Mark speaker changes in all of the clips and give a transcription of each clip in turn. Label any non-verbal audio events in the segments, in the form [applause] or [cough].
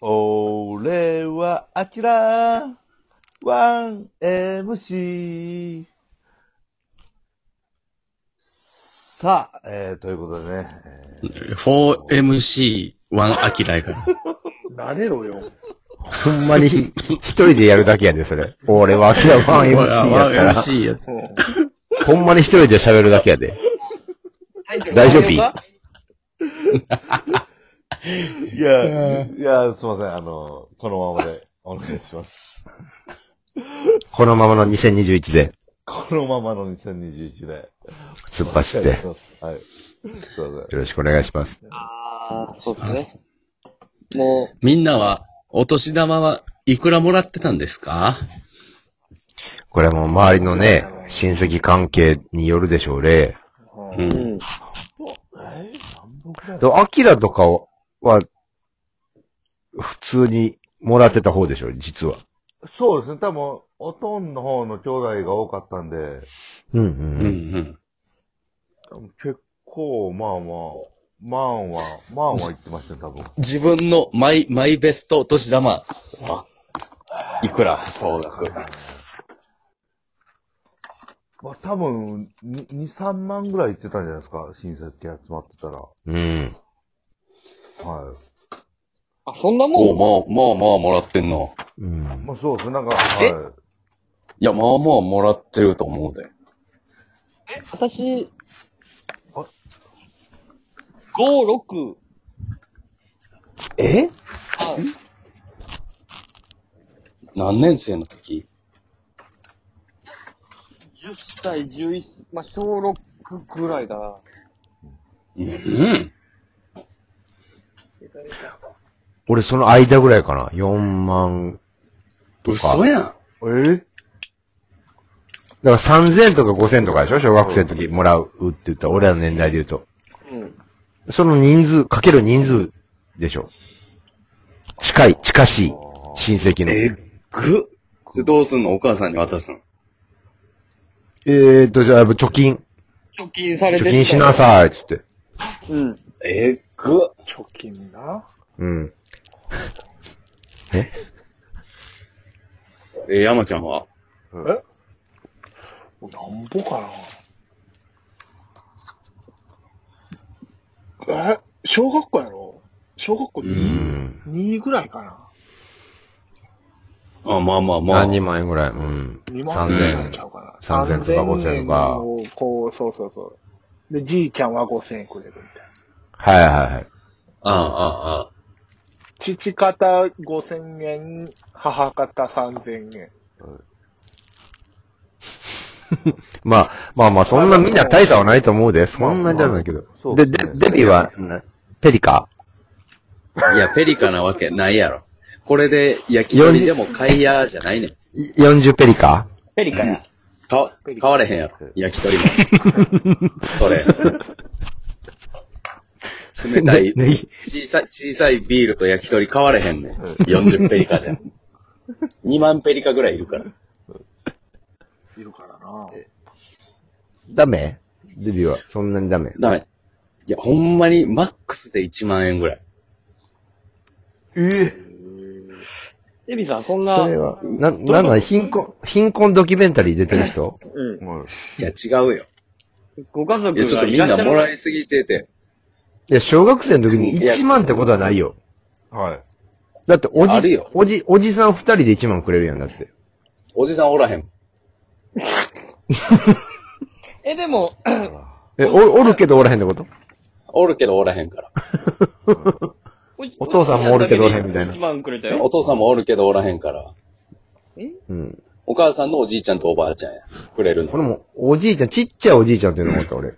Speaker 1: 俺はアキラ 1MC。さあ、えー、ということでね、えー
Speaker 2: 4MC1 アキラやから。
Speaker 3: なれろよ。
Speaker 4: ほんまに [laughs] ひ一人でやるだけやで、それ。俺は明らか 1MC や [laughs] から。
Speaker 2: 1MC や。
Speaker 3: うん。
Speaker 4: ほんまに一人で喋るだけやで。大丈夫
Speaker 1: いや、いや、すいません、あの、このままでお願いします。
Speaker 4: このままの2021で
Speaker 1: このままの2021で。
Speaker 4: 突っ走って、よ
Speaker 1: はい。すいません。
Speaker 4: ろしくお願いします。
Speaker 5: ああ、そうですね。も
Speaker 2: みんなは、お年玉はいくらもらってたんですか
Speaker 4: これはもう周りのね、親戚関係によるでしょうね。
Speaker 2: う。
Speaker 5: う、うん
Speaker 1: え
Speaker 5: ん。
Speaker 1: ー、何本くらい
Speaker 4: でアキラとかは、普通にもらってた方でしょ、実は。
Speaker 1: そうですね、多分、おとんの方の兄弟が多かったんで、
Speaker 4: う
Speaker 2: う
Speaker 4: ん
Speaker 2: んうん。
Speaker 1: 結構、まあまあ、マンは、マンは言ってましたね、多分。
Speaker 2: 自分のマイ、マイベストお年玉はいくら総額。
Speaker 1: まあ多分、に2、3万ぐらい行ってたんじゃないですか、親戚集まってたら。は
Speaker 4: うん。うん。
Speaker 1: い。
Speaker 5: あ、そんな
Speaker 2: お
Speaker 5: も
Speaker 2: うんもう、もう、もうもらってんの。
Speaker 4: うん。
Speaker 1: まあそうですね、なんか、
Speaker 2: え
Speaker 1: はい
Speaker 2: や、まあまあもらってると思うで。
Speaker 5: え私
Speaker 1: あ、
Speaker 5: 五六
Speaker 2: え
Speaker 5: あ、
Speaker 2: 何年生の時
Speaker 5: 10歳、11、まあ、小6ぐらいだな。
Speaker 2: うん。
Speaker 4: 俺その間ぐらいかな。4万。
Speaker 2: 嘘やん。
Speaker 1: い。え
Speaker 4: だから3000とか5000とかでしょ小学生の時もらうって言ったら、俺らの年代で言うと。
Speaker 5: うん。
Speaker 4: その人数、かける人数でしょ近い、近しい親戚の。
Speaker 2: えっぐ。それどうすんのお母さんに渡すの。
Speaker 4: えーっと、じゃあ、貯金、
Speaker 5: 貯金されて
Speaker 4: 貯
Speaker 5: た
Speaker 4: 金しなさい、つって。
Speaker 5: うん。
Speaker 2: えっぐ。
Speaker 3: 貯金な。
Speaker 4: うん。
Speaker 2: え、山ちゃんは
Speaker 3: なんぼかな。え、小学校やろ小学校
Speaker 2: う
Speaker 4: う
Speaker 3: 2?2
Speaker 4: ん。、
Speaker 3: 二ぐらいかな。
Speaker 2: あ、まあまあまあ。
Speaker 4: 何万円ぐらいうん。
Speaker 3: 2万ぐらいちゃ
Speaker 4: 3000
Speaker 3: うかな。
Speaker 4: 3000とか5000とか
Speaker 3: 3000円をこう、そうそうそう。で、じいちゃんは5000円くれるみたいな。
Speaker 4: はいはいはい。
Speaker 2: ああ、ああ。
Speaker 3: 父方5000円、母方3000円。
Speaker 4: まあ、まあまあ、そんなみんな大差はないと思うで。そんなじゃないけど。
Speaker 1: そう
Speaker 4: で、
Speaker 1: で
Speaker 4: です
Speaker 1: ね
Speaker 4: デビは、ペリカ
Speaker 2: いや、ペリカなわけないやろ。これで焼き鳥でも買いやじゃないねん。
Speaker 4: い ?40 ペリカ
Speaker 5: ペリカや。
Speaker 2: か、買われへんやろ。焼き鳥も。 [laughs] それ。冷たい、
Speaker 4: ねね
Speaker 2: 小さい、小さいビールと焼き鳥買われへんねん。40ペリカじゃ [laughs] ん。2万ペリカぐらいいるから。
Speaker 3: いるからな。
Speaker 4: ダメデビは、そんなにダメ。
Speaker 2: ダメ。いや、ほんまにマックスで1万円ぐらい。
Speaker 1: え
Speaker 5: エビさん、そん
Speaker 4: そ
Speaker 5: な、
Speaker 4: れは、な、なんだ、貧困、貧困ドキュメンタリー出てる人
Speaker 5: うん。
Speaker 1: はい
Speaker 2: いや、違うよ。
Speaker 5: ご家族
Speaker 2: いや、ちょっ
Speaker 5: が
Speaker 2: と
Speaker 5: い
Speaker 2: みん
Speaker 5: らっしゃ
Speaker 2: な
Speaker 5: る
Speaker 2: もらいすぎてて。
Speaker 4: いや、小学生の時に
Speaker 2: いや
Speaker 4: 1万ってことはないよ。
Speaker 1: はい。
Speaker 4: だって、お
Speaker 2: ある
Speaker 4: じ
Speaker 2: よ、
Speaker 4: おじ、おじさん二人で1万くれるやんだって。
Speaker 2: おじさんおらへん。
Speaker 5: え、でも、
Speaker 4: え、お、おるけどおらへんってこと
Speaker 2: おるけどおらへんから。
Speaker 4: お父さんもおるけどおらへんみたいな
Speaker 5: 1万くれたよ。
Speaker 2: お父さんもおるけどおらへんから。
Speaker 4: うん。
Speaker 2: お母さんのおじいちゃんとおばあちゃんや。くれる
Speaker 4: こ
Speaker 2: の。
Speaker 4: れも、おじいちゃん、ちっちゃいおじいちゃんっていうのもあった、俺。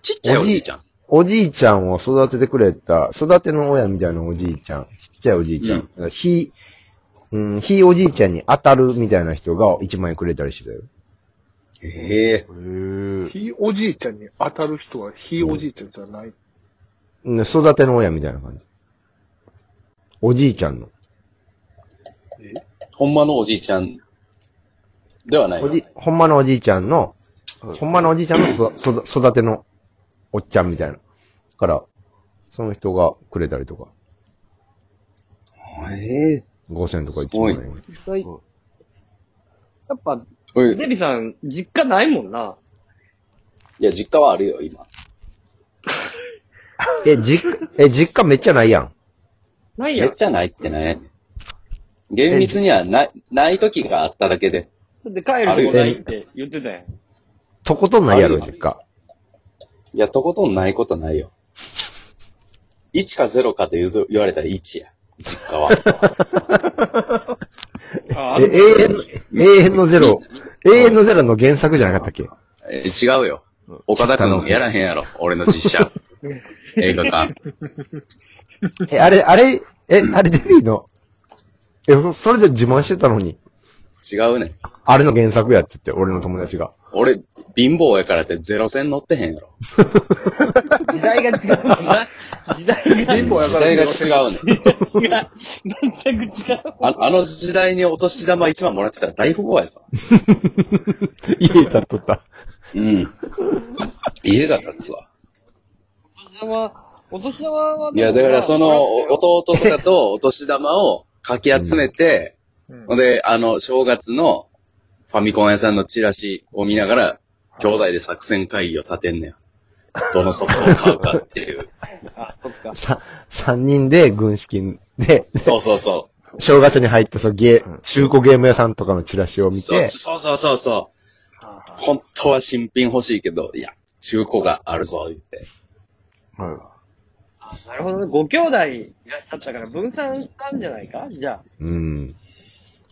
Speaker 2: ちっちゃいおじいちゃん。
Speaker 4: おじいちゃんを育ててくれた、育ての親みたいなおじいちゃん、ちっちゃいおじいちゃん、ひ、うん、ひいおじいちゃんに当たるみたいな人が1万円くれたりしてたよ。
Speaker 2: ええ
Speaker 1: えー、
Speaker 3: ひいおじいちゃんに当たる人はひいおじいちゃんじゃない。
Speaker 4: うん育ての親みたいな感じ。おじいちゃんの。
Speaker 2: ほんまのおじいちゃんではない
Speaker 4: お
Speaker 2: よ。
Speaker 4: じ、ほんまのおじいちゃんの、
Speaker 1: はい
Speaker 4: ほんまのおじいちゃんのそそ育てのおっちゃんみたいな。だから、その人がくれたりとか。
Speaker 2: ええ
Speaker 4: 5000とか1万
Speaker 2: す
Speaker 4: 円。
Speaker 5: 実際、や
Speaker 1: うん
Speaker 5: っぱ、
Speaker 2: これ
Speaker 5: デビさん、実家ないもんな。
Speaker 2: いや、実家はあるよ、今。
Speaker 4: え、実家、え、実家めっちゃないやん。
Speaker 5: ない
Speaker 2: め
Speaker 5: やん。
Speaker 2: っちゃないってね。厳密にはない、ない時があっただけで。
Speaker 5: だって帰るとこないって言ってたやん。
Speaker 4: とことんないやろ、
Speaker 2: あるよ
Speaker 4: 実家。
Speaker 2: いや、とことんないことないよ。1か0かで言うと言われたら1や。実家は。
Speaker 5: ああ
Speaker 4: え、
Speaker 5: る
Speaker 4: 永遠の、永遠のゼロ、永遠のゼロの原作じゃなかったっけ
Speaker 2: [laughs] え違うよ。岡田君やらへんやろ。俺の実写。映画館。
Speaker 4: え、あれ、あれ、え、あれデビーの、え、それで自慢してたのに、
Speaker 2: 違うねん。
Speaker 4: あれの原作やって言って、俺の友達が。
Speaker 2: 俺、貧乏やからってゼロ戦乗ってへんやろ。
Speaker 5: 時代が違う。時代が違
Speaker 3: 貧
Speaker 5: う。
Speaker 3: 乏や
Speaker 2: 時
Speaker 3: から
Speaker 2: 代が違うねん。
Speaker 5: 全く違う。
Speaker 2: ああの時代にお年玉一番もらってたら大富豪やぞ。
Speaker 4: [laughs] 家に立っとった。
Speaker 2: うん。家が立つわ。
Speaker 5: お年玉、お年玉は。
Speaker 2: いや、だからその、お弟とかとお年玉をかき集めて、
Speaker 3: うん
Speaker 2: ほんで、あの、正月のファミコン屋さんのチラシを見ながら、兄弟で作戦会議を立てんねん。どのソフトを買うかっていう。
Speaker 5: あ、そっか。
Speaker 4: さ、三人で軍資金で、
Speaker 2: そうそうそ
Speaker 4: 正月に入った、そう、ゲー、中古ゲーム屋さんとかのチラシを
Speaker 2: う。
Speaker 4: 見
Speaker 2: そう
Speaker 4: て、
Speaker 2: そうそうそうそう。本当は新品欲しいけど、いや、中古があるぞ、言って。
Speaker 1: は
Speaker 5: なるほどね。ご兄弟いらっしゃったから分散したんじゃないかじゃ
Speaker 4: うん。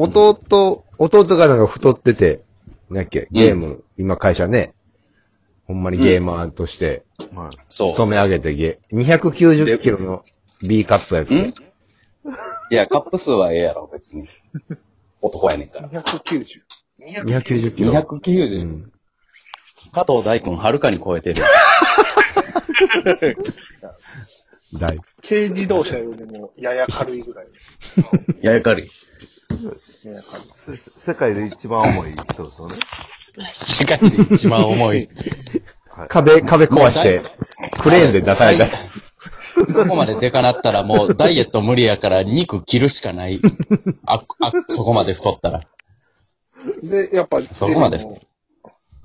Speaker 4: 弟、弟がなんか太ってて、なんやっけ、ゲーム、今会社ね、ほんまにゲーマーとして、
Speaker 1: い。はい。
Speaker 2: そう。
Speaker 4: 勤め上げてゲ、290キロの B カップやつ。
Speaker 2: んいや、カップ数はええやろ、別に。男やねんから。
Speaker 3: 290。
Speaker 5: あ。200
Speaker 4: 290キロ。
Speaker 2: 290、
Speaker 4: うん
Speaker 2: 加藤大君はるかに超えてる。
Speaker 4: 大。
Speaker 3: 軽自動車よりもやや軽いぐらい。
Speaker 2: ややかり。
Speaker 3: やや軽い。
Speaker 1: 世界で一番重い人ですよね。
Speaker 2: 世界で一番重い。
Speaker 4: 壁、壁壊して、クレーンで出された。
Speaker 2: [laughs] そこまででかなったらもうダイエット無理やから肉切るしかない。あ、あ、そこまで太ったら。
Speaker 3: で、やっぱ、
Speaker 2: そこまでして
Speaker 3: も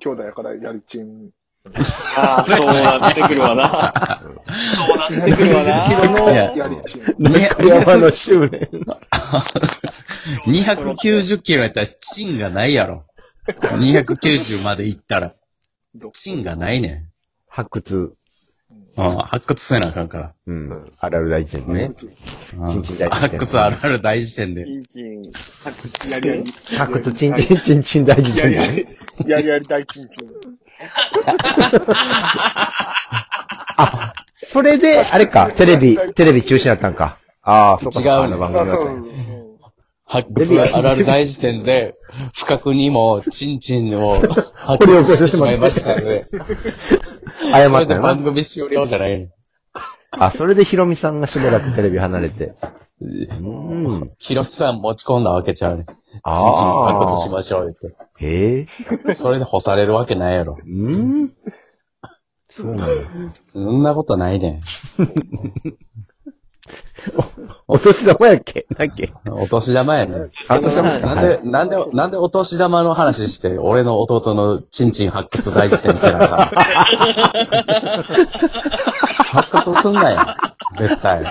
Speaker 3: 兄弟やからやりちん。
Speaker 5: ああ、そうなってくるわな。そうなってくるわ
Speaker 3: の
Speaker 5: な。
Speaker 3: やりちん。
Speaker 4: 山の執念。
Speaker 2: 290キロやったらチンがないやろ。290までいったら。チンがないね
Speaker 4: 発掘。
Speaker 2: ん。うん、発掘せなあかんから。
Speaker 4: うん。あるある大事ね。
Speaker 2: ね。うん
Speaker 4: チンチン大事
Speaker 2: 発掘あるある大事点で。
Speaker 5: チンチン、作詞
Speaker 3: や
Speaker 5: やり
Speaker 3: りや
Speaker 5: や
Speaker 3: り
Speaker 5: り。。
Speaker 4: 発掘、ちんちんちんちん大事
Speaker 3: やりや
Speaker 4: ね。
Speaker 3: り、やりやり大ちんちん。
Speaker 4: あ、それで、あれか、テレビ、テレビ中止になったんか。ああ、そっか。
Speaker 2: 違うね
Speaker 4: あの番組
Speaker 3: あ、
Speaker 4: だ
Speaker 3: そ
Speaker 4: っ
Speaker 3: う
Speaker 4: たね。
Speaker 3: うん。
Speaker 2: 発掘あるある大事点で、不覚にも、チンチンを発掘してしまいましたので、
Speaker 4: 謝
Speaker 2: そ
Speaker 4: っ
Speaker 2: れ
Speaker 4: た
Speaker 2: で
Speaker 4: よ
Speaker 2: 番
Speaker 4: な。
Speaker 2: 組終了じゃない。
Speaker 4: あ、それでヒロミさんがしばらくテレビ離れて。うん。
Speaker 2: ヒロミさん持ち込んだわけちゃうね。チンチン
Speaker 4: あ
Speaker 2: 発掘し
Speaker 4: あ。
Speaker 2: ましょう言っ
Speaker 4: へえ。
Speaker 2: て。それで干されるわけないやろ。
Speaker 4: うんそうなんだ。
Speaker 2: そんなことないね。
Speaker 4: お年玉やっけなんやっけ
Speaker 2: お年玉やね。
Speaker 4: あ、お年玉
Speaker 2: な
Speaker 4: か
Speaker 2: んで、なんで、なんでお年玉の話して、俺の弟のチンチン発掘大事点せなあかん発掘すんなよ。絶対。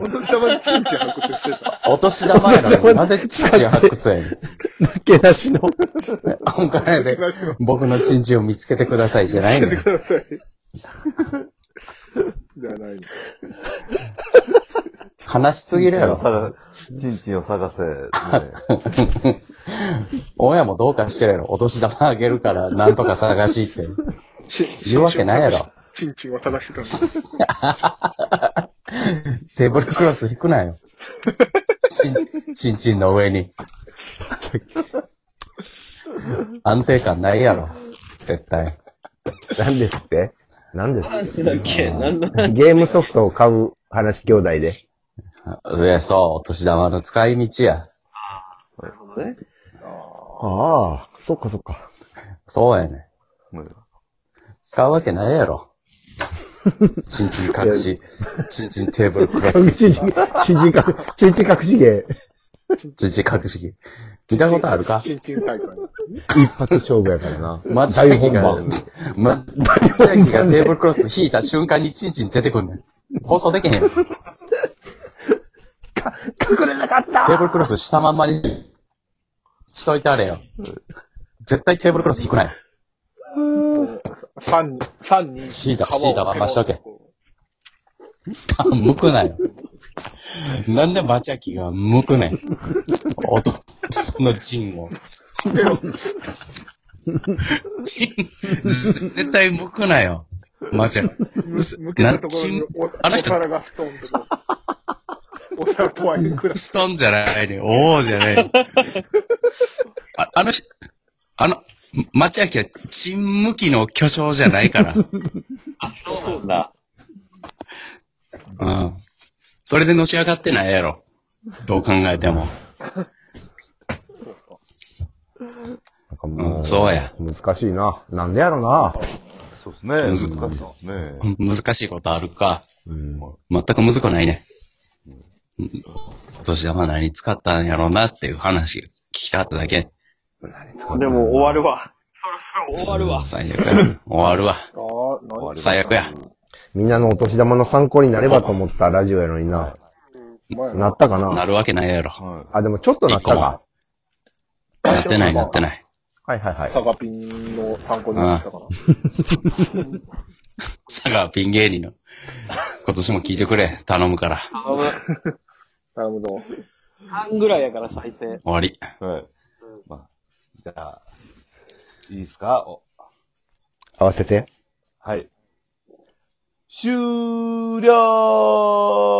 Speaker 3: お年玉にちんちん発掘してた。
Speaker 2: お年玉やのに、なんでチン [laughs] チン発掘やねん。
Speaker 4: 抜け出しの。
Speaker 2: 今回で僕のチンチンを見つけてくださいじゃないのよ。
Speaker 3: ください。じゃないの。
Speaker 2: 悲しすぎるやろ。
Speaker 1: 探チンチンを探せ。ね、
Speaker 2: [laughs] 親もどうかしてるやろ。お年玉あげるから、なんとか探し [laughs] って。
Speaker 3: ち
Speaker 2: [laughs] 言うわけないやろ。
Speaker 3: ちんちんは正しくない。
Speaker 2: テーブルクロス引くなよ。チン、チンチンの上に。安定感ないやろ。絶対。
Speaker 4: なんですってなんですって
Speaker 5: 話だっけなんだ
Speaker 4: ゲームソフトを買う話兄弟で。
Speaker 2: いや、そう、お年玉の使い道や。
Speaker 5: なるほどね。
Speaker 4: ああ、そっかそっか。 [laughs]
Speaker 2: そうやね。
Speaker 1: うん
Speaker 3: [laughs]
Speaker 2: 使うわけないやろ。チンチン隠し、チンチンテーブルクロ
Speaker 3: [laughs]
Speaker 4: ちん
Speaker 2: ス、
Speaker 4: ちん、ちんちんか、ちんちん隠し芸、
Speaker 2: チンチン隠し。見たことあ
Speaker 3: [laughs]
Speaker 2: るか
Speaker 3: チンチン大会。
Speaker 4: 一発勝負やからな。
Speaker 2: まず、
Speaker 4: 大本番。
Speaker 2: [laughs] ま、ジャッキーがテーブルクロス引いた瞬間にチンチン出てくん
Speaker 3: [laughs]
Speaker 2: ねん。放送できへん。テー
Speaker 3: 隠れなかった
Speaker 2: ブルクロスしたまんまにしといてあれよ。絶対テーブルクロス引くなよ。
Speaker 3: 三人、三人。
Speaker 2: シータシータはまあしとけあむくなよ。なんでバチャキがむくねん。弟のチンを。チン、絶対むくなよ。マチャキ。
Speaker 3: 向けたところにお
Speaker 2: あの
Speaker 3: お
Speaker 2: 人
Speaker 3: 皿がストンとこ
Speaker 2: [laughs]
Speaker 3: う。お皿とはいくら。
Speaker 2: ストンじゃないね。おーじゃないね。ああの人、あの、町明は、チン向きの巨匠じゃない
Speaker 5: [laughs]
Speaker 2: から。
Speaker 5: そうなんだ。
Speaker 2: うん。それでのし上がってないやろ。どう考えても。
Speaker 4: なんかも
Speaker 2: うんそうや。
Speaker 4: 難しいな。なんでやろな。
Speaker 1: そうですね。難しいですね。
Speaker 2: 難しいことあるか。
Speaker 4: うん。
Speaker 2: 全くむずくないね。うんお年玉何使ったんやろうなっていう話聞きたかっただけ。
Speaker 5: でも終わるわ。そろそろ終わるわ。
Speaker 2: 最悪や。終わるわ。
Speaker 3: ああ、何
Speaker 2: 最悪や。
Speaker 4: みんなのお年玉の参考になればと思ったラジオやのにな。
Speaker 3: お前
Speaker 4: なったか
Speaker 2: な
Speaker 4: な
Speaker 2: るわけないやろ。
Speaker 1: は
Speaker 4: あ、でもちょっとなったか。
Speaker 2: なってない、なってない。
Speaker 4: はいはいはい。
Speaker 3: サガピンの参考になったかな。
Speaker 2: 佐川ピン芸人の。今年も聞いてくれ。頼むから。
Speaker 3: [laughs] なるほど。
Speaker 5: 半ぐらいやから再生。
Speaker 2: 終わり。
Speaker 1: い。はい。まあ、じゃあ、いいですかお
Speaker 4: 合わせて。
Speaker 1: はい。終了